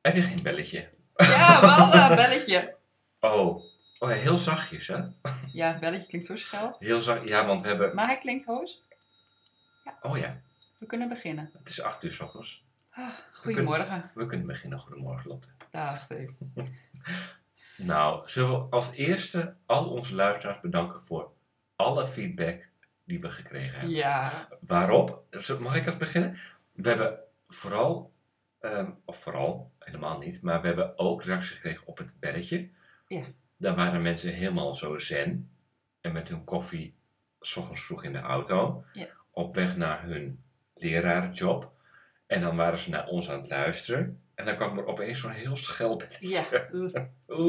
Heb je geen belletje? Ja, wel een belletje. Oh. Oh, heel zachtjes, hè? Ja, een belletje klinkt zo schel. Heel zacht. Ja, want we hebben... Maar hij klinkt hoos. Oh ja, We kunnen beginnen. het is acht uur s ochtends. Ah, Goedemorgen. We kunnen beginnen. Goedemorgen, Lotte. Dag, Steve. Nou, zullen we als eerste al onze luisteraars bedanken voor alle feedback die we gekregen hebben. Ja, Waarop, z- mag ik als beginnen? We hebben vooral, ehm, of vooral, helemaal niet, maar we hebben ook reacties gekregen op het belletje. Ja. Daar waren mensen helemaal zo zen en met hun koffie, s ochtends vroeg in de auto, Ja. op weg naar hun lerarenjob. En dan waren ze naar ons aan het luisteren. En dan kwam er opeens zo'n heel schel belletje. ja. Oeh.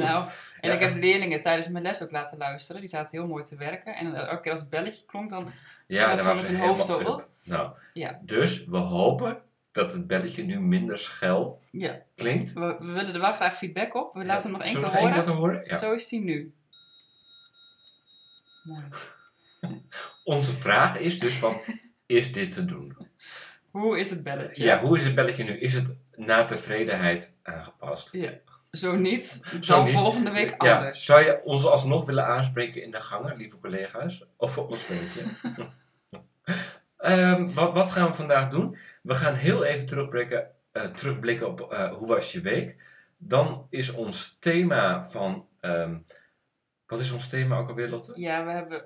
Nou, en Ja. ik heb leerlingen tijdens mijn les ook laten luisteren. Die zaten heel mooi te werken. En elke keer als het belletje klonk, dan... Ja, Dat daar ze was met ze hun hoofd helemaal zo up. Nou, Ja. dus we hopen dat het belletje nu minder schel Ja, klinkt. we, we willen er wel graag feedback op. We laten hem nog één Zullen keer we nog één horen. laten horen? Ja. Zo is hij nu. Nou, Onze vraag is dus van, is dit te doen? hoe is het belletje? Ja, hoe is het belletje nu? Is het naar tevredenheid aangepast? Zo niet, dan Zo niet. volgende week Ja, anders. zou je ons alsnog willen aanspreken in de gangen, lieve collega's? Of op ons belletje? Ehm, wat, wat gaan we vandaag doen? We gaan heel even terugblikken, eh, terugblikken op eh, hoe was je week. Dan is ons thema van... ehm, wat is ons thema ook alweer, Lotte? Ja, we hebben,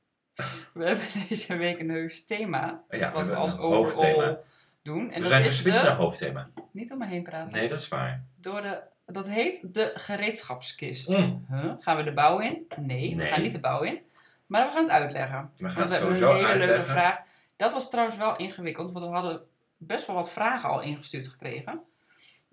we hebben deze week een heus thema. Ja, we hebben Wat we een als hoofdthema. overal doen. En we dat zijn is geswitcht de, naar hoofdthema. Niet om me heen praten. Nee, dat is waar. Door de, dat heet de gereedschapskist. Mm. Huh? Gaan we de bouw in? Nee, Nee. we gaan niet de bouw in. Maar we gaan het uitleggen. We gaan Want het we hebben sowieso een hele leuke uitleggen. vraag. Dat was trouwens wel ingewikkeld, want we hadden best wel wat vragen al ingestuurd gekregen.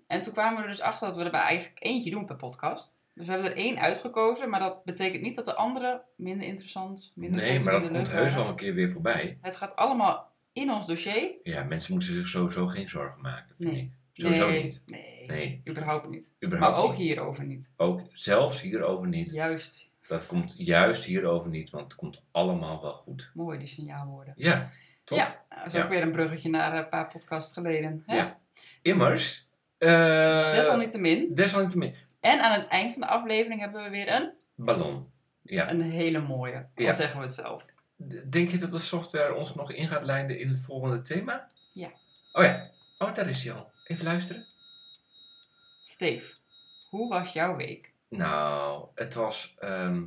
En toen kwamen we er dus achter dat we er maar eigenlijk eentje doen per podcast. Dus we hebben er één uitgekozen, maar dat betekent niet dat de andere minder interessant, minder Nee, goed, maar dat minder komt leuk heus waren. wel een keer weer voorbij. Het gaat allemaal in ons dossier. Ja, mensen moeten zich sowieso geen zorgen maken, vind Nee. ik. Sowieso nee, niet. Nee, Nee, überhaupt niet. überhaupt maar ook niet. hierover niet. Ook zelfs hierover niet. Juist, Dat komt juist hierover niet, want het komt allemaal wel goed. mooi die signaalwoorden. Ja, toch? Ja, dat is Ja. ook weer een bruggetje naar een paar podcasts geleden. Hè? Ja. Immers. eh, Desalniettemin. Desalniettemin. En aan het eind van de aflevering hebben we weer een, Ballon. Ja. een hele mooie. Al Ja. zeggen we het zelf. D- Denk je dat de software ons nog in gaat leiden in het volgende thema? Ja. Oh ja. Oh, daar is hij al. Even luisteren. Steve, hoe was jouw week? Nou, het was ehm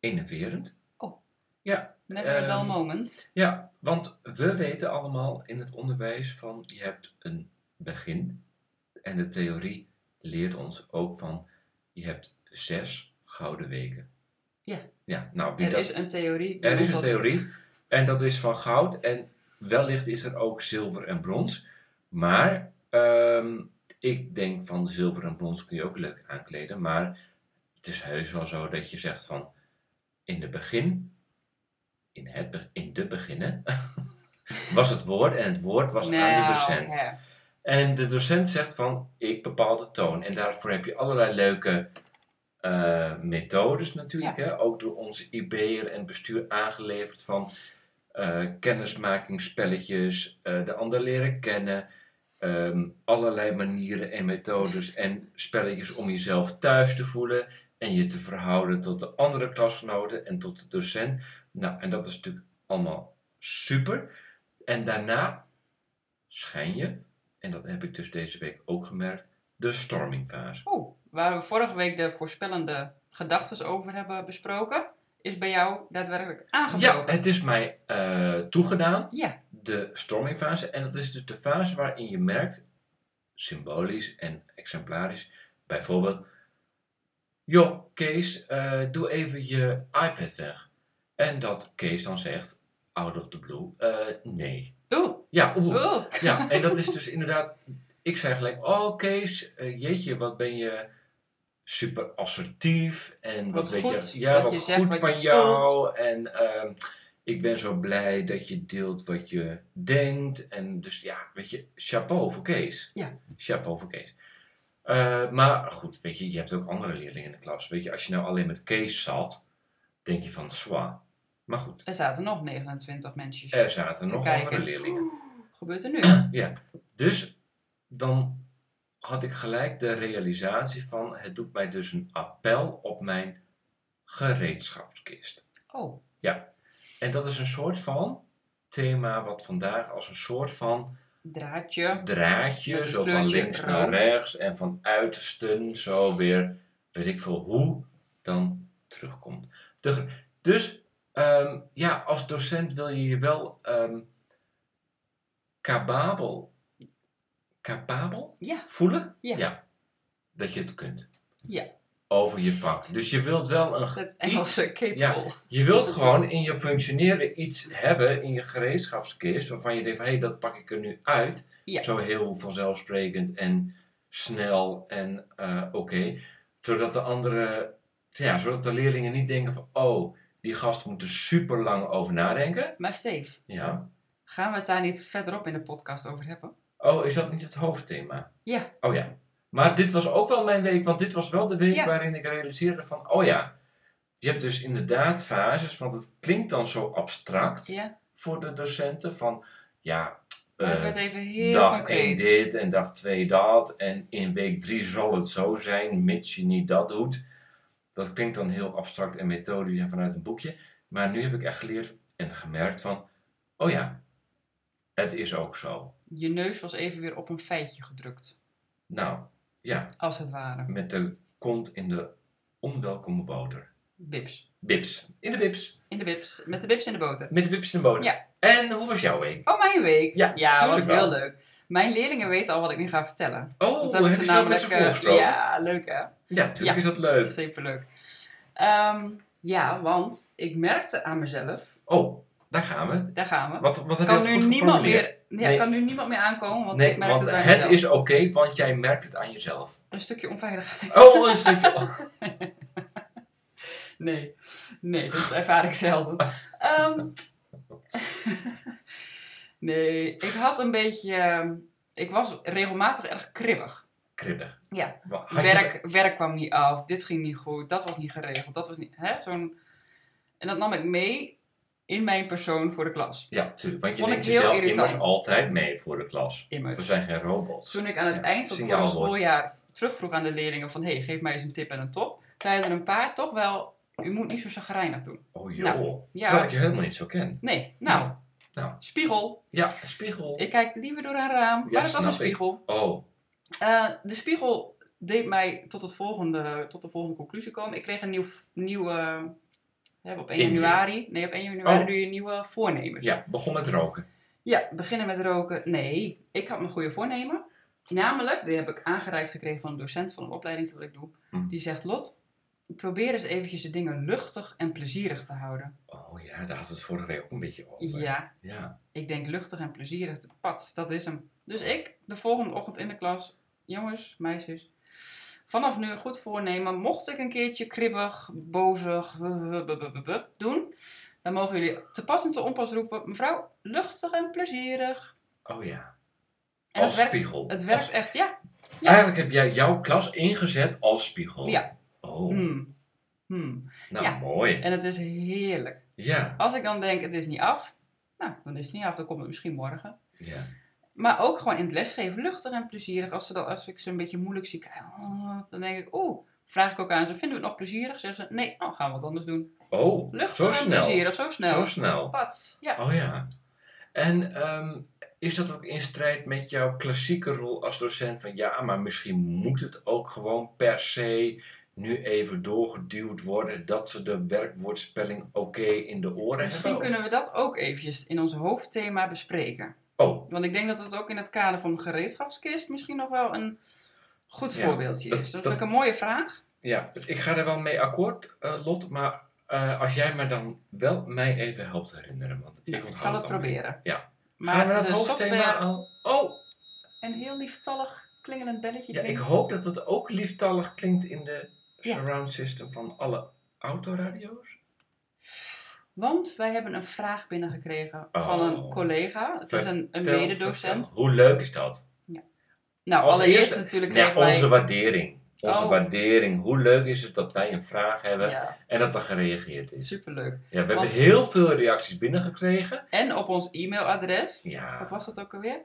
enerverend. Oh. Never a dull Ehm, moment. Ja, want we weten allemaal in het onderwijs van je hebt een begin. En de theorie leert ons ook van je hebt zes gouden weken. Ja. Ja, nou, wie Er dat, is een theorie. die er ons is een dat- theorie. En dat is van goud. En wellicht is er ook zilver en brons. Maar ehm, ik denk van zilver en brons kun je ook leuk aankleden. Maar het is heus wel zo dat je zegt van in de begin, in, het, be- in de beginnen, was het woord. En het woord was aan de Nou, docent. hè. En de docent zegt van, ik bepaal de toon. En daarvoor heb je allerlei leuke eh, methodes natuurlijk. Hè? Ook door onze IB'er en bestuur aangeleverd van eh kennismakingsspelletjes, eh, de ander leren kennen. ehm, allerlei manieren en methodes en spelletjes om jezelf thuis te voelen. En je te verhouden tot de andere klasgenoten en tot de docent. Nou, en dat is natuurlijk allemaal super. En daarna schijn je en dat heb ik dus deze week ook gemerkt, de stormingfase. Oeh, waar we vorige week de voorspellende gedachten over hebben besproken, is bij jou daadwerkelijk Ja, aangebroken. het is mij eh, toegedaan, Ja. de stormingfase. En dat is dus de fase waarin je merkt, symbolisch en exemplarisch, bijvoorbeeld, joh Kees, eh, doe even je iPad weg. En dat Kees dan zegt, out of the blue, eh, nee. Oeh, Ja, oeh. oeh. Ja, en dat is dus inderdaad. Ik zei gelijk: Oh, Kees, eh, jeetje, wat ben je super assertief. En wat, Wat weet goed je, ja, dat wat je goed zegt wat je van jou. En ehm, ik ben zo blij dat je deelt wat je denkt. En dus ja, weet je, chapeau voor Kees. Ja. Chapeau voor Kees. Eh, maar goed, weet je, je hebt ook andere leerlingen in de klas. Weet je, als je nou alleen met Kees zat, denk je van zwa. Maar goed, Er zaten nog 29 mensen. er zaten Te nog kijken. andere leerlingen. Oeh, Gebeurt er nu? Dus dan had ik gelijk de realisatie van het doet mij dus een appel op mijn gereedschapskist. Oh, Ja, en dat is een soort van thema wat vandaag als een soort van draadje. draadje, Met zo van kleurtje links naar rood. rechts en van uitersten zo weer, weet ik veel hoe, dan terugkomt. De- dus ehm, ja, als docent wil je je wel ehm capabel, capabel Ja. voelen? Ja. Dat je het kunt. Ja. Over je vak. Dus je wilt wel een. Het Engelse capable. Je wilt gewoon in je functioneren iets hebben in je gereedschapskist. waarvan je denkt: van, hé, dat pak ik er nu uit. Ja. Zo heel vanzelfsprekend en snel en eh, oké. Zodat de andere. Ja, zodat de leerlingen niet denken: van, oh, die gast moet er super lang over nadenken. Maar Steve, Ja. gaan we het daar niet verderop in de podcast over hebben? Oh, is dat niet het hoofdthema? Ja. Oh ja. Maar dit was ook wel mijn week, want dit was wel de week Ja. waarin ik realiseerde van, oh ja, je hebt dus inderdaad fases, want het klinkt dan zo abstract Ja. voor de docenten van, ja, Maar het eh, werd even heel dag 1 concreet. dit en dag 2 dat en in week 3 zal het zo zijn, mits je niet dat doet. Dat klinkt dan heel abstract en methodisch en vanuit een boekje, maar nu heb ik echt geleerd en gemerkt van, oh ja, het is ook zo. Je neus was even weer op een feitje gedrukt. Nou, ja. Als het ware. met de kont in de onwelkome boter. Bips. Bips. In de bips. In de bips. Met de bips in de boter. Met de bips in de boter. Ja. En hoe was jouw week? Oh, mijn week. Ja, was tuurlijk wel. heel leuk. Mijn leerlingen weten al wat ik nu ga vertellen. Oh, Dat heb je zo met ze eh, voorgesproken? Ja, ja, leuk hè? natuurlijk Ja. is dat leuk. Superleuk. Ehm ja, want ik merkte aan mezelf, Oh, daar gaan we. daar gaan we. Wat, wat heb kan je nu, dat goed niemand geformuleerd? meer, ja, Nee. kan nu niemand meer aankomen, want ik Nee, merkte want het aan het mezelf. is oké, want jij merkt het aan jezelf. Een stukje onveiligheid. Oh, een stukje. oh. Nee, nee, dat ervaar ik zelden. Ehm, nee, ik had een beetje... ehm, ik was regelmatig erg kribbig. kribbig. Ja. Wat- had je- Werk, werk kwam niet af, dit ging niet goed, dat was niet geregeld, dat was niet... Hè, zo'n... En dat nam ik mee in mijn persoon voor de klas. Ja, tuurlijk. Want je Vond ik neemt heel jezelf irritant. immers altijd mee voor de klas. We Immers. zijn geen robots. Toen ik aan het Ja, eind van het signaal vorige hoor. schooljaar terugvroeg aan de leerlingen van... hey, geef mij eens een tip en een top. Zeiden er een paar toch wel, u moet niet zo chagrijnig doen. Oh joh. Nou, ja. Terwijl ik je helemaal niet zo ken. Nee, nou, Nou. spiegel. Ja, spiegel. Ik kijk liever door een raam, Ja, maar het was snap een ik. spiegel. Oh, Eh, de spiegel deed mij tot, het volgende, tot de volgende conclusie komen. Ik kreeg een nieuw... nieuw eh, we hebben op 1 Inzicht. januari... Nee, op 1 januari Oh. doe je nieuwe voornemens. ja. Begon met roken. Ja, beginnen met roken. Nee, ik had mijn goede voornemen. Namelijk, die heb ik aangereikt gekregen van een docent van een opleiding die ik doe. Mhm. Die zegt, Lot, probeer eens eventjes de dingen luchtig en plezierig te houden. Oh ja, daar had het vorige week ook een beetje over. Ja, Ja. ik denk luchtig en plezierig. Pats, dat is hem. Dus ik, de volgende ochtend in de klas. Jongens, meisjes. Vanaf nu een goed voornemen. Mocht ik een keertje kribbig, bozig eh, eh, eh, eh, eh, doen. Dan mogen jullie te pas en te onpas roepen. Mevrouw, luchtig en plezierig. Oh ja. En als dat werkt spiegel. Het werkt Als- echt, ja. ja. Eigenlijk heb jij jouw klas ingezet als spiegel. Ja. Oh, Hmm. Hmm. nou Ja. mooi. En het is heerlijk. Ja. Als ik dan denk, het is niet af. Nou, dan is het niet af. Dan komt het misschien morgen. ja. Maar ook gewoon in het lesgeven luchtig en plezierig. Als, ze dan, als ik ze een beetje moeilijk zie kijken, oh, dan denk ik, oeh. Vraag ik ook aan ze, vinden we het nog plezierig? Zeggen ze, nee, oh, gaan we wat anders doen. Oh, Luchtig zo en snel. plezierig, zo dus snel. Zo snel. Pats, ja. Oh ja. En ehm, is dat ook in strijd met jouw klassieke rol als docent? Van ja, maar misschien moet het ook gewoon per se nu even doorgeduwd worden dat ze de werkwoordspelling oké in de oren Misschien hebben? kunnen we dat ook eventjes in ons hoofdthema bespreken. Oh, Want ik denk dat het ook in het kader van de gereedschapskist misschien nog wel een goed Ja, voorbeeldje dat- is. Dat dat- vind ik een mooie vraag. Ja, ik ga er wel mee akkoord, eh, Lot. Maar eh, als jij me dan wel mij even helpt herinneren. Want ik, Ja, onthoud zal het allemaal niet. proberen. Ja. Maar Gaan we naar het de hoofdthema software, al? Oh, een heel lieftallig klingelend belletje ja, ik klinkt. hoop dat het ook lieftallig klinkt in de Ja. surround system van alle autoradio's. Want wij hebben een vraag binnengekregen Oh. van een collega. Het is een, een Vertel, mededocent. vertel. Hoe leuk is dat? Nou, Als allereerst eerste- natuurlijk Ja, kregen wij- onze waardering. Onze Oh. waardering. Hoe leuk is het dat wij een vraag hebben Ja, en dat er gereageerd is. superleuk. Ja, we Want- hebben heel veel reacties binnengekregen. En op ons e-mailadres. Ja, Wat was dat ook alweer?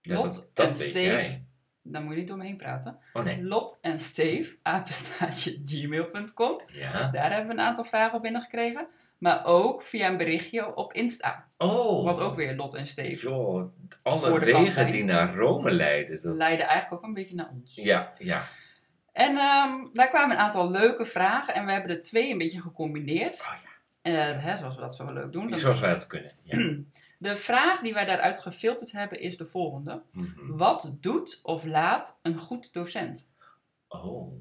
ja, Lot dat, en weet Steve. jij. daar moet je niet door me heen praten. Oh nee. Lot en Steve, apenstaartje gmail.com. Ja. Daar hebben we een aantal vragen op binnengekregen. Maar ook via een berichtje op Insta. Oh. Wat ook weer Lot en Steve Joh, Voor alle de band, wegen hè? die naar Rome leiden. Dat... leiden eigenlijk ook een beetje naar ons. Ja, ja. En ehm, daar kwamen een aantal leuke vragen. En we hebben de twee een beetje gecombineerd. Oh Eh, hè, zoals we dat zo leuk doen. Dan- Zoals wij dat kunnen. Ja. De vraag die wij daaruit gefilterd hebben is de volgende. Mhm. Wat doet of laat een goed docent? oh,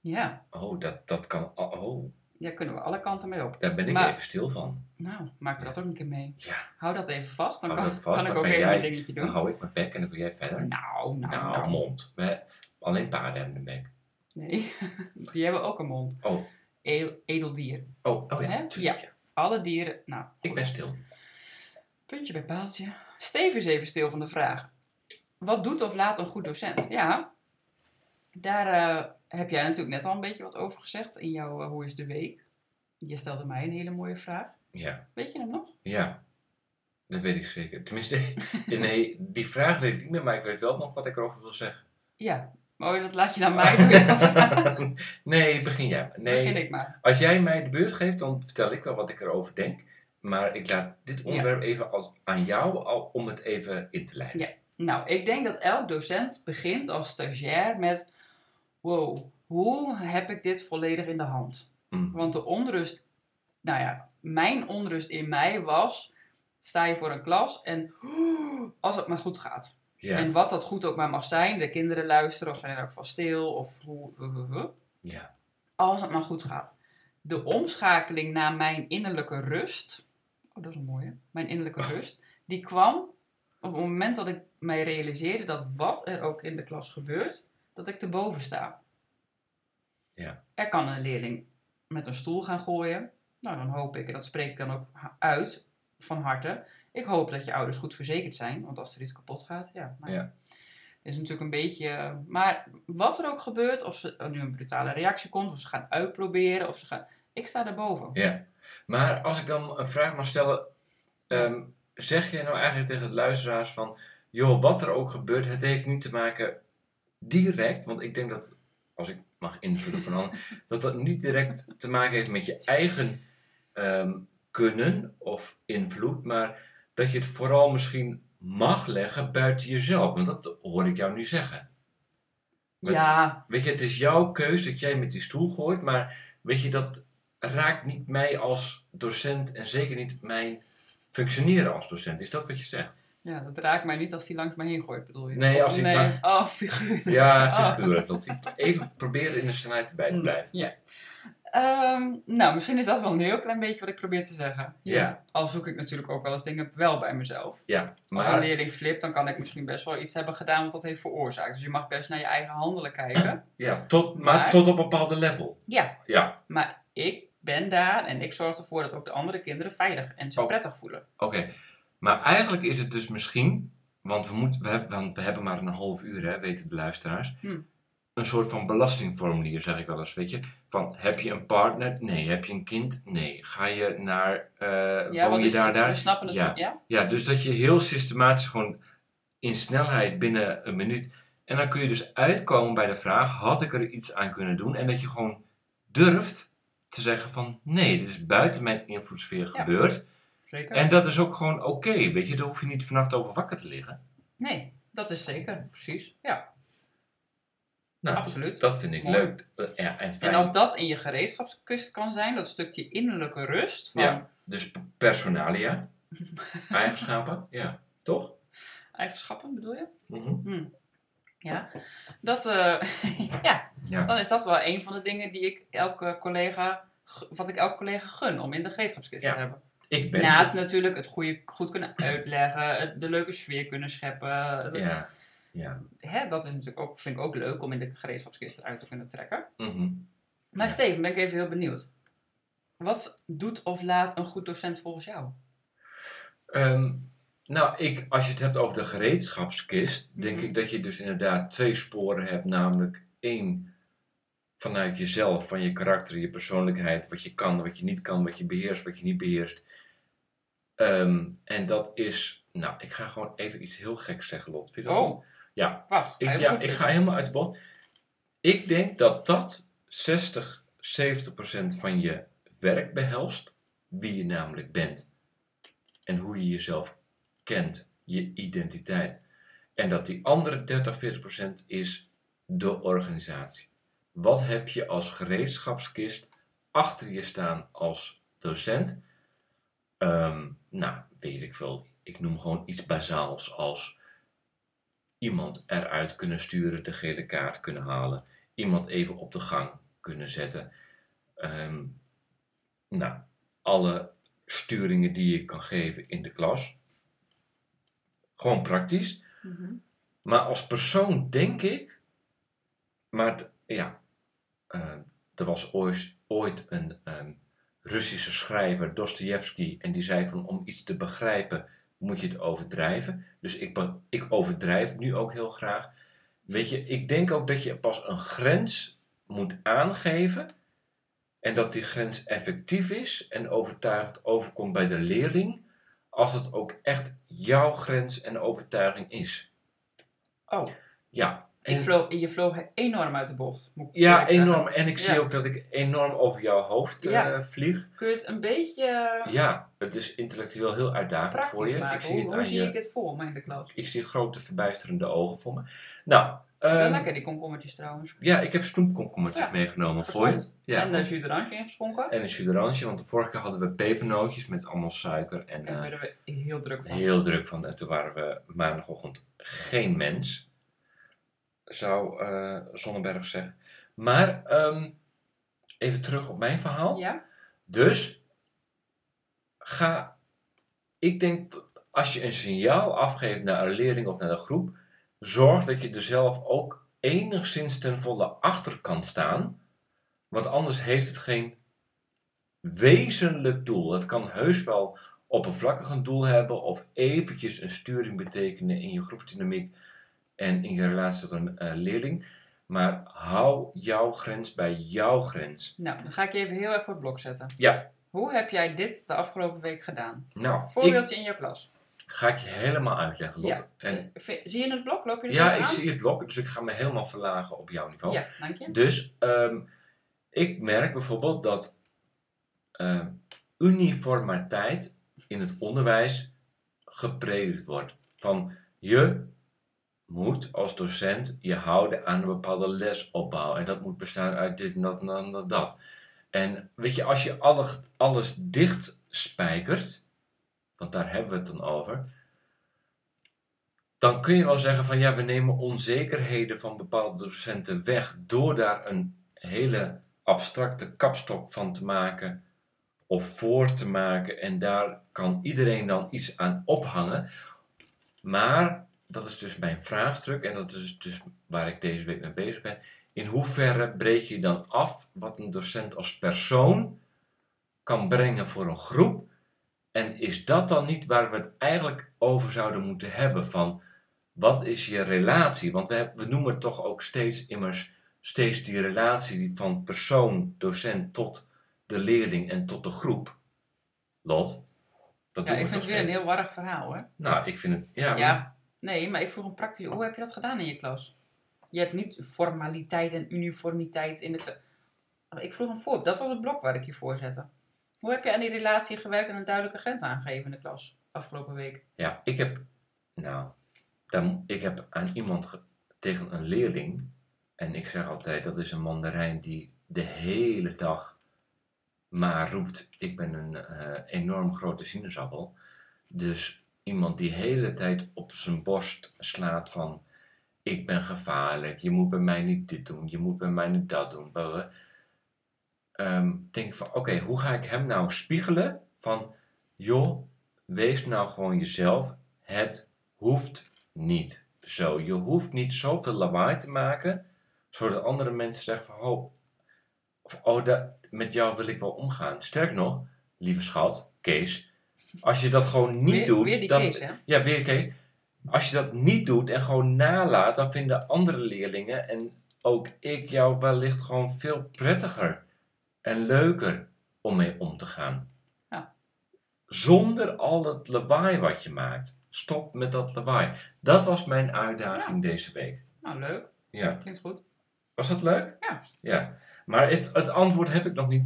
Ja, oh dat, dat kan. Oh, daar kunnen we alle kanten mee op. daar ben ik Maar- even stil van. Nou, maken we dat ook een keer mee. Ja, Hou dat even vast. Dan Hou kan, dat vast, kan dan ik ook kan even jij- een dingetje dan doen. hou ik mijn bek en dan kun jij verder. Nou, nou, Nou, nou. mond. We, alleen paarden hebben een bek. Nee, die hebben ook een mond. Oh, Edel, edel dier. oh, oh ja, Hè? tuurlijk. Ja. Alle dieren. Nou, Ik ben stil. Puntje bij paaltje. Steve is even stil van de vraag. Wat doet of laat een goed docent? Ja, daar eh, heb jij natuurlijk net al een beetje wat over gezegd in jouw eh, Hoe is de Week? Je stelde mij een hele mooie vraag. Ja, Weet je hem nog? ja. Dat weet ik zeker. Tenminste, nee, die vraag weet ik niet meer, maar ik weet wel nog wat ik erover wil zeggen. Ja. Maar dat laat je dan mij doen. nee, begin jij. maar. Nee, Begin ik maar. Als jij mij de beurt geeft, dan vertel ik wel wat ik erover denk. Maar ik laat dit onderwerp even als, aan jou al, om het even in te leiden. Ja. Nou, ik denk dat elk docent begint als stagiair met... Wow, hoe heb ik dit volledig in de hand? Mhm. Want de onrust, nou ja, mijn onrust in mij was: sta je voor een klas en als het maar goed gaat. Ja. En wat dat goed ook maar mag zijn, de kinderen luisteren of zijn er ook van stil of hoe, hoe- hoe- hoe. ja. als het maar goed gaat. De omschakeling naar mijn innerlijke rust, oh dat is een mooie, mijn innerlijke rust, die kwam op het moment dat ik mij realiseerde dat wat er ook in de klas gebeurt, dat ik erboven sta. Ja. Er kan een leerling met een stoel gaan gooien. Nou, dan hoop ik, en dat spreek ik dan ook ha- uit van harte, ik hoop dat je ouders goed verzekerd zijn, want als er iets kapot gaat, ja. nou Ja. Is natuurlijk een beetje. eh, Maar wat er ook gebeurt, of ze, er nu een brutale reactie komt, of ze gaan uitproberen, of ze gaan. Ik sta daarboven. ja. Maar als ik dan een vraag mag stellen, ehm, zeg je nou eigenlijk tegen de luisteraars van, joh, wat er ook gebeurt, het heeft niet te maken direct, want ik denk dat, als ik mag invullen van ander, dat dat niet direct te maken heeft met je eigen ehm, kunnen of invloed, maar dat je het vooral misschien mag leggen buiten jezelf. Want dat hoor ik jou nu zeggen. Want, Ja, Weet je, het is jouw keus dat jij met die stoel gooit, maar weet je, dat raakt niet mij als docent en zeker niet mijn functioneren als docent. Is dat wat je zegt? ja, dat raakt mij niet als die langs mij heen gooit, bedoel je? Nee, Of- als die nee. langs- Oh, figuurlijk. Oh. Mm. Ja, figuurlijk. Dat even proberen in de snelheid bij te Hmm. blijven. Ja. Ehm, nou, misschien is dat wel een heel klein beetje wat ik probeer te zeggen. Ja. Al zoek ik natuurlijk ook wel eens dingen wel bij mezelf. Ja, Als een maar leerling flipt, dan kan ik misschien best wel iets hebben gedaan wat dat heeft veroorzaakt. Dus je mag best naar je eigen handelen kijken. Ja, tot, maar, Maar- tot op een bepaalde level. Ja. Ja, Maar ik ben daar en ik zorg ervoor dat ook de andere kinderen veilig en zich Oh. prettig voelen. oké. Maar eigenlijk is het dus misschien, want we, moeten, we, hebben, want we hebben maar een half uur, hè, weten de luisteraars. Hm. Een soort van belastingformulier, zeg ik wel eens, weet je. Van, heb je een partner? Nee. Heb je een kind? Nee. Ga je naar, eh woon want je daar, We daar? snappen het. Ja. ja? Ja, dus dat je heel systematisch gewoon in snelheid binnen een minuut. En dan kun je dus uitkomen bij de vraag: had ik er iets aan kunnen doen? En dat je gewoon durft te zeggen: van nee, dit is buiten mijn invloedssfeer Ja. gebeurd. Zeker. En dat is ook gewoon oké, weet je, daar hoef je niet vannacht over wakker te liggen. Nee, dat is zeker. Precies. Ja, Nou, absoluut. dat vind ik Mooi. leuk Eh, ja, en fijn. En als dat in je gereedschapskist kan zijn, dat stukje innerlijke rust. Van, Ja. Dus p- personalia, eigenschappen, ja, toch? Eigenschappen bedoel je? Mhm. Ja. Dat, eh, ja. Ja, Dan is dat wel een van de dingen die ik elke collega, g- wat ik elke collega gun om in de gereedschapskist Ja, te hebben. ik ben. Naast natuurlijk het goede, goed kunnen uitleggen, het- de leuke sfeer kunnen scheppen. Het- Ja, ja. Hè, dat is natuurlijk ook, vind ik ook leuk om in de gereedschapskist eruit te kunnen trekken. Mhm. Maar Ja. Steven, ben ik even heel benieuwd. Wat doet of laat een goed docent volgens jou? Ehm, nou, ik, als je het hebt over de gereedschapskist, denk Mhm. ik dat je dus inderdaad twee sporen hebt. Namelijk één vanuit jezelf, van je karakter, je persoonlijkheid, wat je kan, wat je niet kan, wat je beheerst, wat je niet beheerst. Ehm, en dat is, nou, ik ga gewoon even iets heel geks zeggen, Lot. Vind je dat Oh. goed? Ja. Wacht, Ik, even ja, goed ik ga zitten. helemaal uit de bocht. Ik denk dat dat 60, 70 procent van je werk behelst. Wie je namelijk bent. En hoe je jezelf kent. Je identiteit. En dat die andere 30, 40 procent is de organisatie. Wat heb je als gereedschapskist achter je staan als docent? Ehm, nou, weet ik veel. Ik noem gewoon iets bazaals als iemand eruit kunnen sturen, de gele kaart kunnen halen, iemand even op de gang kunnen zetten. Ehm, nou, alle sturingen die je kan geven in de klas. Gewoon praktisch. Mhm. Maar als persoon denk ik. Maar d- ja, eh, er was ooit, ooit een ehm, Russische schrijver, Dostoevsky, en die zei van om iets te begrijpen moet je het overdrijven. Dus ik, be- ik overdrijf nu ook heel graag. Weet je, ik denk ook dat je pas een grens moet aangeven. En dat die grens effectief is en overtuigend overkomt bij de leerling. Als het ook echt jouw grens en overtuiging is. Oh, Ja, ik en, vloog, je vloog enorm uit de bocht. moet ik ja eerlijk zeggen. enorm. En ik zie Ja. ook dat ik enorm over jouw hoofd eh, Ja. vlieg. Kun je het een beetje eh, Ja, het is intellectueel heel uitdagend praktisch voor je. maken? Ik zie hoe het hoe aan zie je. ik dit voor me in de klas? Ik zie grote verbijsterende ogen voor me. Nou, ehm, Wel lekker die komkommertjes trouwens. ja, ik heb snoepkomkommertjes Ja, meegenomen gezond. voor je. Ja, en de jus d'orange ingeschonken. en een jus d'orange, want de vorige keer hadden we pepernootjes met allemaal suiker. En Daar eh, werden we heel druk van. heel druk van. En toen waren we maandagochtend geen mens, zou eh Zonneberg zeggen. Maar ehm, even terug op mijn verhaal. Ja? Dus ga, ik denk, als je een signaal afgeeft naar een leerling of naar de groep, zorg dat je er zelf ook enigszins ten volle achter kan staan. Want anders heeft het geen wezenlijk doel. Het kan heus wel oppervlakkig een doel hebben of eventjes een sturing betekenen in je groepsdynamiek en in je relatie tot een eh, leerling. Maar hou jouw grens bij jouw grens. Nou, dan ga ik je even heel erg voor het blok zetten. Ja. Hoe heb jij dit de afgelopen week gedaan? Nou, ik- Voorbeeldje in jouw klas. Ga ik je helemaal uitleggen, Lotte. Ja. En, Zie zie je het blok? Loop je er ja, tegenaan? ik zie het blok, dus ik ga me helemaal verlagen op jouw niveau. Ja, dank je. Dus ehm, ik merk bijvoorbeeld dat ehm, uniformiteit in het onderwijs gepredikt wordt. Van je moet als docent je houden aan een bepaalde lesopbouw. En dat moet bestaan uit dit en dat en dat en dat, dat. En weet je, als je alle, alles dicht spijkert, want daar hebben we het dan over, dan kun je wel zeggen van ja, we nemen onzekerheden van bepaalde docenten weg door daar een hele abstracte kapstok van te maken of voor te maken en daar kan iedereen dan iets aan ophangen. Maar dat is dus mijn vraagstuk en dat is dus waar ik deze week mee bezig ben. In hoeverre breek je dan af wat een docent als persoon kan brengen voor een groep? En is dat dan niet waar we het eigenlijk over zouden moeten hebben? Van wat is je relatie? Want we, heb- we noemen het toch ook steeds immers steeds die relatie die van persoon, docent tot de leerling en tot de groep. Lot, dat Ja, doen ik we vind toch het weer een steeds. heel warrig verhaal, hè? Nou, ik vind het... Ja, Ja. Nee, maar ik vroeg een praktisch... Hoe heb je dat gedaan in je klas? Je hebt niet formaliteit en uniformiteit in de... kla- Maar Ik vroeg een voorbeeld. Dat was het blok waar ik je voor zette. Hoe heb je aan die relatie gewerkt en een duidelijke grens aangegeven in de klas afgelopen week? Ja, ik heb, nou, dan, ik heb aan iemand, ge- tegen een leerling, en ik zeg altijd, dat is een mandarijn die de hele dag maar roept, ik ben een eh, enorm grote sinaasappel. Dus iemand die de hele tijd op zijn borst slaat van, ik ben gevaarlijk, je moet bij mij niet dit doen, je moet bij mij niet dat doen. blablabla. Ehm, denk van, oké, hoe ga ik hem nou spiegelen van, joh, wees nou gewoon jezelf. Het hoeft niet zo. Je hoeft niet zoveel lawaai te maken, zodat andere mensen zeggen van, oh, of, oh da- met jou wil ik wel omgaan. Sterk nog, lieve schat, Kees, als je dat gewoon niet Weer- doet, weer die dan, Kees, hè? ja, weer Kees. Als je dat niet doet en gewoon nalaat, dan vinden andere leerlingen en ook ik jou wellicht gewoon veel prettiger en leuker om mee om te gaan. Ja. Zonder al het lawaai wat je maakt. Stop met dat lawaai. Dat was mijn uitdaging deze week. Nou, leuk. Ja. Klinkt goed. Was dat leuk? Ja. Ja. Maar het, het antwoord heb ik nog niet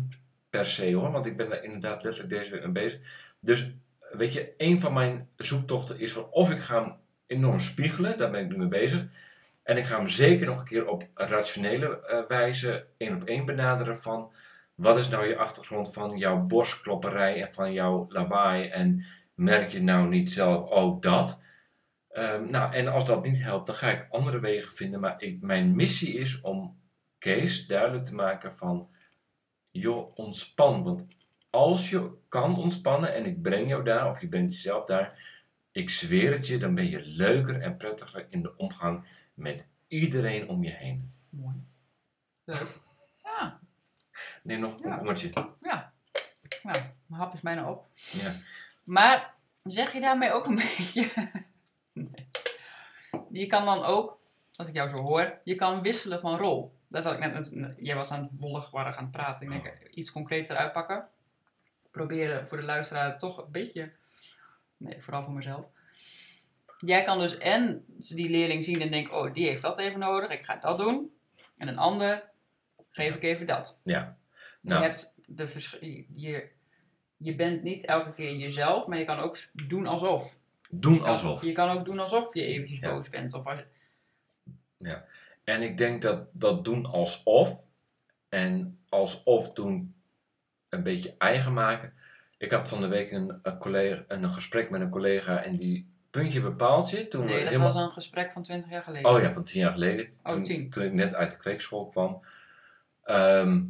per se hoor. Want ik ben daar inderdaad letterlijk deze week mee bezig. Dus weet je, een van mijn zoektochten is van of ik ga hem enorm spiegelen. Daar ben ik nu mee bezig. En ik ga hem zeker nog een keer op rationele eh, wijze één op één benaderen van... Wat is nou je achtergrond van jouw borstklopperij en van jouw lawaai? En merk je nou niet zelf ook dat? Ehm, nou, en als dat niet helpt, dan ga ik andere wegen vinden. Maar ik, mijn missie is om Kees duidelijk te maken van... joh, ontspan. Want als je kan ontspannen en ik breng jou daar... of je brengt jezelf daar... ik zweer het je, dan ben je leuker en prettiger in de omgang... met iedereen om je heen. Mooi. Leuk. Ja, Neem nog een Ja. komkommertje. ja. Nou, mijn hap is bijna op. Ja. Maar zeg je daarmee ook een beetje... nee. Je kan dan ook, als ik jou zo hoor, je kan wisselen van rol. Daar zat ik net, net- jij was aan het wollig waren aan het praten. Ik denk, eh, iets concreter uitpakken. Proberen voor de luisteraar toch een beetje... Nee, vooral voor mezelf. Jij kan dus en die leerling zien en denken, oh, die heeft dat even nodig, ik ga dat doen. En een ander, geef ik even dat. ja. Je, Nou, hebt de versch- je, je bent niet elke keer jezelf, maar je kan ook s- doen alsof. doen alsof. Je kan ook doen alsof je eventjes Ja. boos bent. Of als, En ik denk dat dat doen alsof en alsof doen een beetje eigen maken. Ik had van de week een, een, collega, een gesprek met een collega en die puntje bepaaltje. Toen nee, we dat helemaal, was een gesprek van 20 jaar geleden. Oh ja, van tien jaar geleden. Oh, toen, tien. toen ik net uit de kweekschool kwam. Ehm,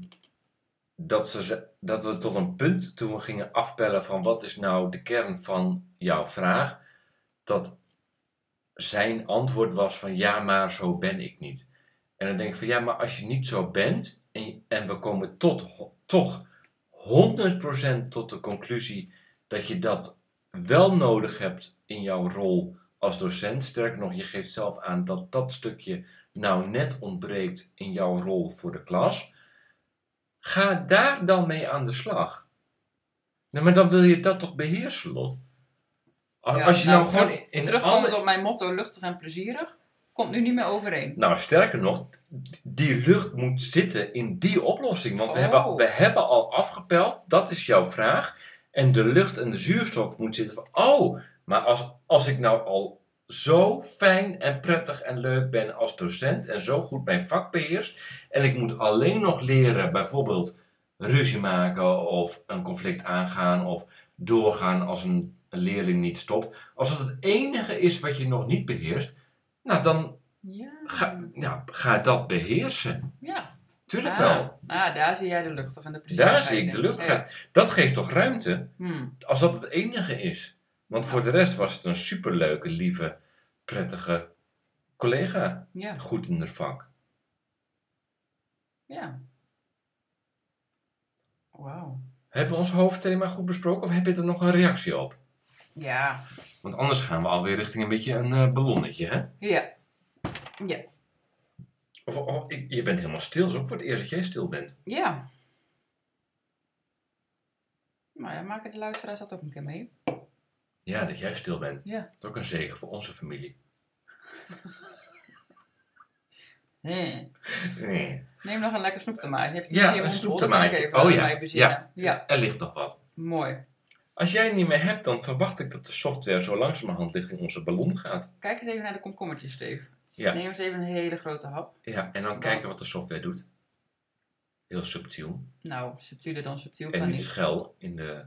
dat, ze, ze- dat we tot een punt toen we gingen afpellen van wat is nou de kern van jouw vraag. Dat zijn antwoord was van ja, maar zo ben ik niet. En dan denk ik van ja, maar als je niet zo bent en, en we komen tot, ho- toch 100% tot de conclusie dat je dat wel nodig hebt in jouw rol als docent. Sterker nog, je geeft zelf aan dat dat stukje nou net ontbreekt in jouw rol voor de klas. Ga daar dan mee aan de slag. Nee, maar dan wil je dat toch beheersen, Lot? Al- Ja, Als je nou, gewoon terug- in, in terugkomend alle- op mijn motto luchtig en plezierig, komt nu niet meer overeen. nou, sterker nog, die lucht moet zitten in die oplossing. Want we, Oh. hebben, we hebben al afgepeld, dat is jouw vraag. En de lucht en de zuurstof moet zitten van, oh, maar als, als ik nou al zo fijn en prettig en leuk ben als docent en zo goed mijn vak beheers en ik moet alleen nog leren bijvoorbeeld ruzie maken of een conflict aangaan of doorgaan als een leerling niet stopt. Als dat het enige is wat je nog niet beheerst, nou dan, Ja. Ga, nou, ga dat beheersen. ja. Tuurlijk Ah, wel. Ah, daar zie jij de luchtig en de plezierig. Hmm, Daar zie ik de lucht gaan. Dat geeft toch ruimte? Als dat het enige is. Want voor de rest was het een superleuke, lieve, prettige collega. Ja, Goed in haar vak. ja. Wauw. Hebben we ons hoofdthema goed besproken of heb je er nog een reactie op? Ja. Want anders gaan we alweer richting een beetje een eh, ballonnetje, hè? Ja. Ja. Of, of- ik- je bent helemaal stil. Dat is ook voor het eerst dat jij stil bent. Ja. Maar Nou ja, maken de luisteraars dat ook een keer mee. Ja, dat jij stil bent. Ja. Dat is ook een zegen voor onze familie. Nee. Hm. Neem nog een lekker snoeptomaatje. Heb je Ja, hier een mond vol? snoeptomaatje. Dan kan ik even Oh aan ja, mij bezinnen. ja. Er ligt nog wat. Mooi. Als jij het niet meer hebt, dan verwacht ik dat de software zo langzamerhand richting onze ballon gaat. Kijk eens even naar de komkommertjes, Steve. Ja. Neem eens even een hele grote hap. Ja, en dan kijken wat de software doet. Heel subtiel. Nou, subtieler dan subtiel En kan niet niet. schel in de...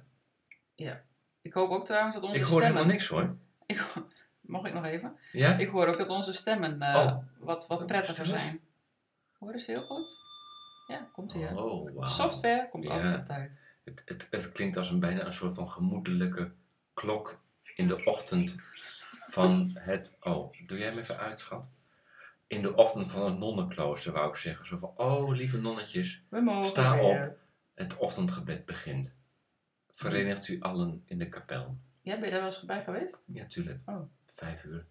Ik hoop ook trouwens dat onze Ik hoor stemmen... helemaal niks hoor. Ik hoor- Mag ik nog even? Ja? Ik hoor ook dat onze stemmen eh, Oh. wat, wat Oh, prettiger stemmen. zijn. Hoor eens heel goed. Ja, komt ie. hè. Oh, wauw. Software komt Ja. altijd op tijd. Het, het, het klinkt als een bijna een soort van gemoedelijke klok in de ochtend van het... Oh, doe jij hem even uit, schat? In de ochtend van een nonnenklooster, wou ik zeggen. Zo van, oh, lieve nonnetjes. We mogen Sta weer. op. Het ochtendgebed begint. Verenigt u allen in de kapel. Ja, ben je daar wel eens bij geweest? Ja, tuurlijk. Oh. Vijf uur.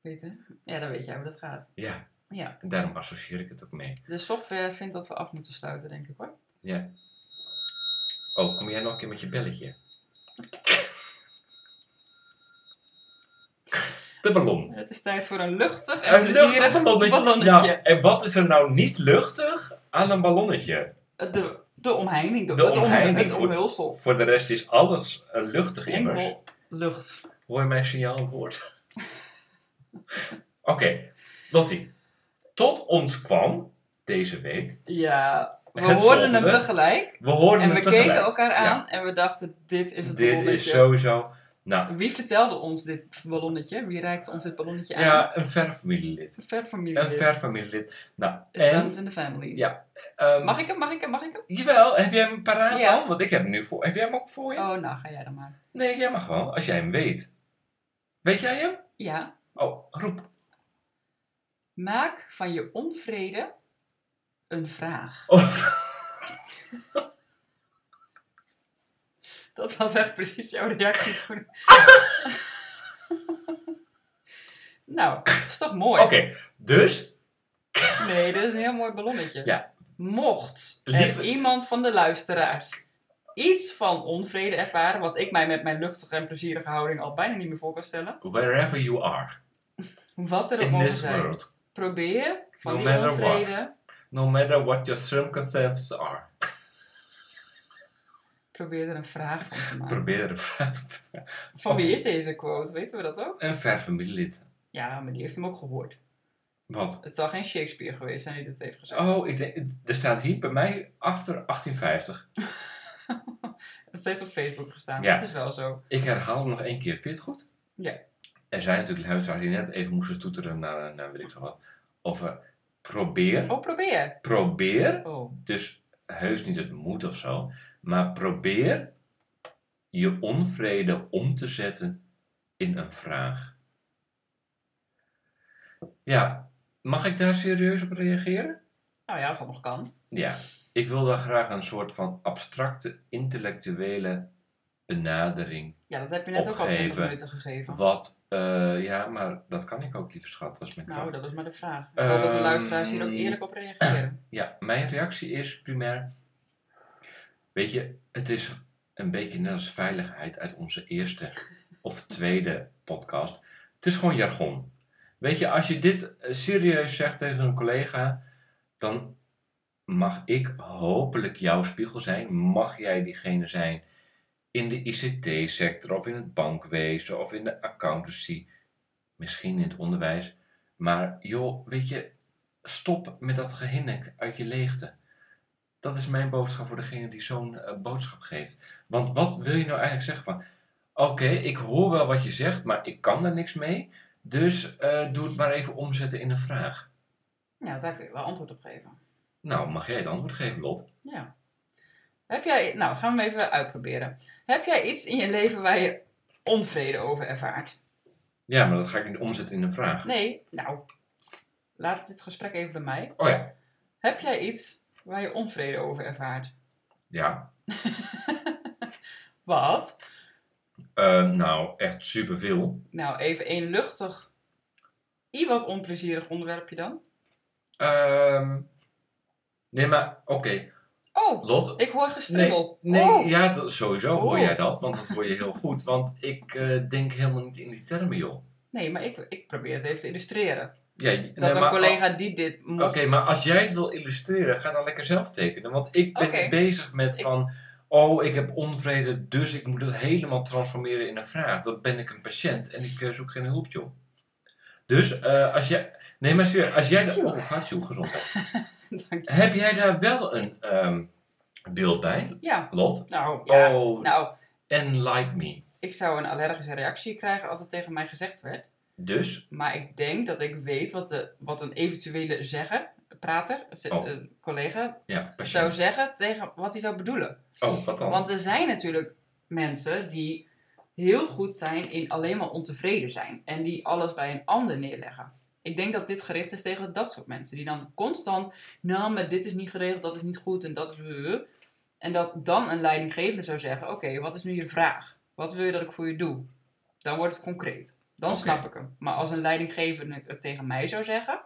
Weet hè? Ja, dan weet jij hoe dat gaat. Ja, Ja, en daarom associeer ik het ook mee. de software vindt dat we af moeten sluiten, denk ik hoor. Ja. Oh, kom jij nog een keer met je belletje? luchte ballon. Het is tijd voor een luchtig en Een plezierig luchtig ballonnetje. ballonnetje. Nou, en wat is er nou niet luchtig aan een ballonnetje? de, de omheining. De, De het, om- omheining het voor- omhulsel. Voor de rest is alles eh, luchtig immers. Enkel lucht. Hoor je mijn signaalwoord? Oké, Lottie. Tot ons kwam deze week. Ja, we Het hoorden hem volgende. tegelijk. We hoorden En we hem tegelijk. keken elkaar Ja. aan en we dachten, dit is het Dit ballonnetje. is sowieso. Nou, Wie vertelde ons dit ballonnetje? Wie reikte ons dit ballonnetje aan? ja, een ver familielid. Het is een ver familie. Een dit. ver familielid. Nou, It en. runs in the family. Ja. ehm, Mag ik hem, mag ik hem, mag ik hem? Jawel, heb jij hem paraat Ja. al? Want ik heb hem nu voor. Heb jij hem ook voor je? Oh, nou ga jij dan maar. Nee, jij mag wel, als jij hem weet. Weet jij hem? Ja. Oh, roep. Maak van je onvrede een vraag. Oh, Dat was echt precies jouw reactie toen. nou, is toch mooi? Oké, dus Nee, dit is een heel mooi ballonnetje. Ja. Mocht er Lieve- iemand van de luisteraars iets van onvrede ervaren, wat ik mij met mijn luchtige en plezierige houding al bijna niet meer voor kan stellen, wherever you are wat er ook in mogen this zijn, world, probeer van No die matter what. onvrede no matter what your circumstances are, Probeer er een vraag van te maken. probeer een vraag te stellen. Van wie Oké. is deze quote? Weten we dat ook? Een ver familielid. Ja, maar die heeft hem ook gehoord. Want, Het zal geen Shakespeare geweest zijn die dit heeft gezegd. oh, ik denk, er staat hier bij mij achter 1850. Het heeft op Facebook gestaan. Ja. Dat is wel zo. Ik herhaal hem nog één keer. Vind je het goed? Ja. Er zijn natuurlijk luisteraars die net even moesten toeteren naar, eh, naar weet ik veel wat. Of eh, probeer, Oh, probeer. probeer Oh, Dus heus niet het moet of zo. Maar probeer je onvrede om te zetten in een vraag. Ja, mag ik daar serieus op reageren? nou ja, als dat nog kan. Ja, ik wil daar graag een soort van abstracte intellectuele benadering. Ja, dat heb je net ook al 20 Opgeven. minuten gegeven. Wat, eh, ja, maar dat kan ik ook, lieve schat, dat is mijn Nou, kracht. dat is maar de vraag. Ik hoop dat de Ehm, luisteraars hier ook eerlijk op reageren. Ja, mijn reactie is primair. Weet je, het is een beetje net als veiligheid uit onze eerste of tweede podcast. Het is gewoon jargon. Weet je, als je dit eh, serieus zegt tegen een collega, dan mag ik hopelijk jouw spiegel zijn. Mag jij diegene zijn in de ICT-sector of in het bankwezen of in de accountancy, misschien in het onderwijs. Maar joh, weet je, stop met dat gehinnik uit je leegte. Dat is mijn boodschap voor degene die zo'n eh, boodschap geeft. Want wat wil je nou eigenlijk zeggen van... Oké, ik hoor wel wat je zegt, maar ik kan daar niks mee. Dus eh, doe het maar even omzetten in een vraag. Ja, daar kun je wel antwoord op geven. Nou, mag jij het antwoord geven, Lot? Ja. Heb jij, nou, gaan we hem even uitproberen. Heb jij iets in je leven waar je onvrede over ervaart? Ja, maar dat ga ik niet omzetten in een vraag. Nee, nou, laat dit gesprek even bij mij. Oh ja. Heb jij iets waar je onvrede over ervaart? Ja. Wat? Eh, nou, echt superveel. Nou, even een luchtig, i wat onplezierig onderwerpje dan. Ehm nee, maar oké. Oh, Lot, ik hoor gestribbel. Nee, Oh. ja, dat- sowieso hoor Oh. jij dat, want dat hoor je heel goed. Want ik eh, denk helemaal niet in die termen, joh. Nee, maar ik, ik probeer het even te illustreren. Ja, Dat nee, een maar- collega die dit moet... Oké, maar als jij het wil illustreren, ga dan lekker zelf tekenen. Want ik ben Oké. niet bezig met Ik- van, oh, ik heb onvrede, dus ik moet het helemaal transformeren in een vraag. Dan ben ik een patiënt en ik eh, zoek geen hulp, joh. Dus eh, als jij... Nee, maar serieus, als jij... de- Oh, hartje, gezondheid. Dank je. heb jij daar wel een ehm, beeld bij, Ja, Lot? nou, ja. Oh, Nou, enlight me. ik zou een allergische reactie krijgen als het tegen mij gezegd werd. Dus, Maar ik denk dat ik weet wat, de, wat een eventuele zeggen, prater, ze- Oh. eh, collega, ja, zou patiënt. zeggen tegen wat hij zou bedoelen. Oh, wat dan? Want er zijn natuurlijk mensen die heel goed zijn in alleen maar ontevreden zijn. En die alles bij een ander neerleggen. Ik denk dat dit gericht is tegen dat soort mensen. Die dan constant, nou, maar dit is niet geregeld, dat is niet goed en dat is... eh, En dat dan een leidinggevende zou zeggen, oké, wat is nu je vraag? Wat wil je dat ik voor je doe? Dan wordt het concreet. Dan Oké. snap ik hem. Maar als een leidinggevende het tegen mij zou zeggen,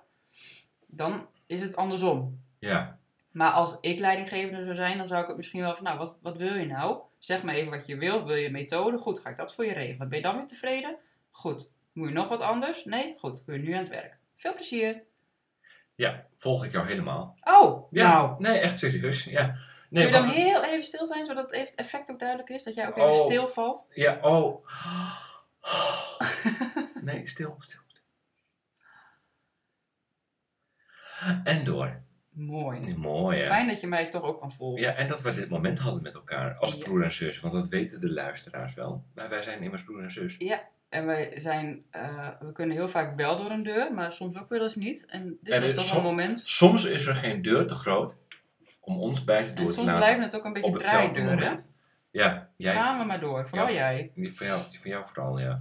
dan is het andersom. Ja, Maar als ik leidinggevende zou zijn, dan zou ik het misschien wel van, nou, wat, wat wil je nou? Zeg maar even wat je wil. Wil je een methode? Goed, ga ik dat voor je regelen. Ben je dan weer tevreden? Goed, Moet je nog wat anders? Nee? Goed, kun je nu aan het werk. Veel plezier. Ja, volg ik jou helemaal. Oh, Ja, nou. nee, echt serieus. Ja. Kun Nee, je dan want, heel even stil zijn, zodat het even- effect ook duidelijk is? Dat jij ook Oh. even stil valt? ja, oh. Nee, stil, stil. En door. Mooi. Mooi, hè? Fijn dat je mij toch ook kan volgen. Ja, en dat we dit moment hadden met elkaar als Ja. broer en zus. Want dat weten de luisteraars wel. Maar wij zijn immers broer en zus. En wij zijn, eh, we kunnen heel vaak wel door een deur, maar soms ook wel eens niet. En dit En dus dit- was toch som- een moment. Soms is er geen deur te groot om ons beiden En door te soms laten. blijven het ook een beetje op hetzelfde draaideuren. moment. Ja, jij. Gaan we maar door, vooral Ja. jij. Die van jou, die van jou vooral, ja.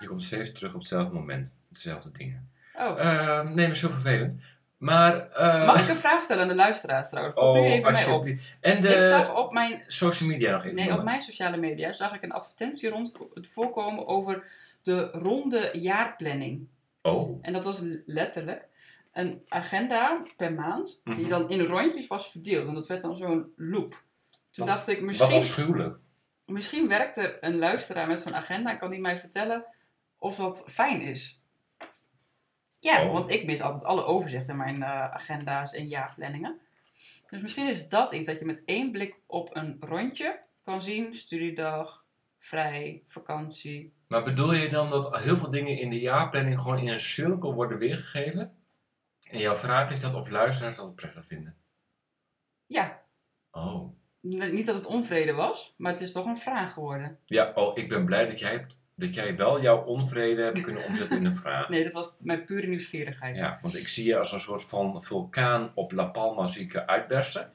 je komt steeds terug op hetzelfde moment. Dezelfde dingen. Oh. Ehm, nee, maar is heel vervelend. Maar... eh, Mag ik een vraag stellen aan de luisteraars trouwens? Kom nu Oh, even mij op. alsjeblieft. En Ik de zag op mijn, social media nog even nee, op noemen. mijn sociale media zag ik een advertentie rond voorkomen over de ronde jaarplanning. Oh, En dat was letterlijk een agenda per maand die Mhm. dan in rondjes was verdeeld. En dat werd dan zo'n loop. Wat- Toen dacht ik, wat misschien afschuwelijk. Misschien werkt er een luisteraar met zo'n agenda en kan die mij vertellen of dat fijn is. Ja, Oh. want ik mis altijd alle overzicht in mijn eh, agenda's en jaarplanningen. Dus misschien is dat iets dat je met één blik op een rondje kan zien. Studiedag, vrij, vakantie. Maar bedoel je dan dat heel veel dingen in de jaarplanning gewoon in een cirkel worden weergegeven? En jouw vraag is dat of luisteraars dat prettig vinden? Ja, Oh. n- niet dat het onvrede was, maar het is toch een vraag geworden. Ja, oh, ik ben blij dat jij, hebt, dat jij wel jouw onvrede hebt kunnen omzetten in een vraag. Nee, dat was mijn pure nieuwsgierigheid. Ja, want ik zie je als een soort van vulkaan op La Palma zie ik je uitbersten.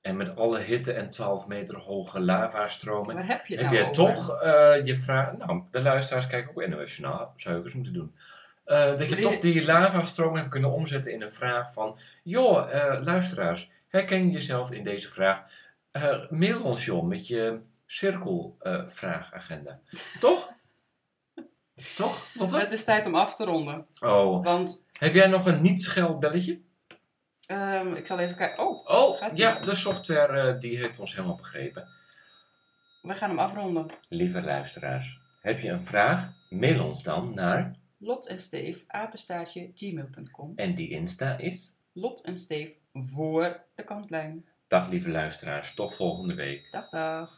En met alle hitte en 12 meter hoge lavastromen. Waar heb je het Heb nou jij over? toch eh, je vraag... Nou, de luisteraars kijken ook internationaal. Zou je ook eens moeten doen. Eh, dat je Dit- toch die lavastroom hebt kunnen omzetten in een vraag van... Joh, eh, luisteraars, herken je jezelf in deze vraag? Eh, mail ons, joh, met je cirkelvraagagenda. toch? toch? Lotte? Het is tijd om af te ronden. Oh, Want heb jij nog een niet-schelbelletje? ehm, ik zal even kijken. Oh, Oh, Gaat-ie. ja, de software eh, die heeft ons helemaal begrepen. we gaan hem afronden. Lieve luisteraars, heb je een vraag? Mail ons dan naar... Lot en Steef, apenstaartje, gmail.com. En die Insta is... Lot en Steef voor de kantlijn. Dag lieve luisteraars, tot volgende week. Dag, dag.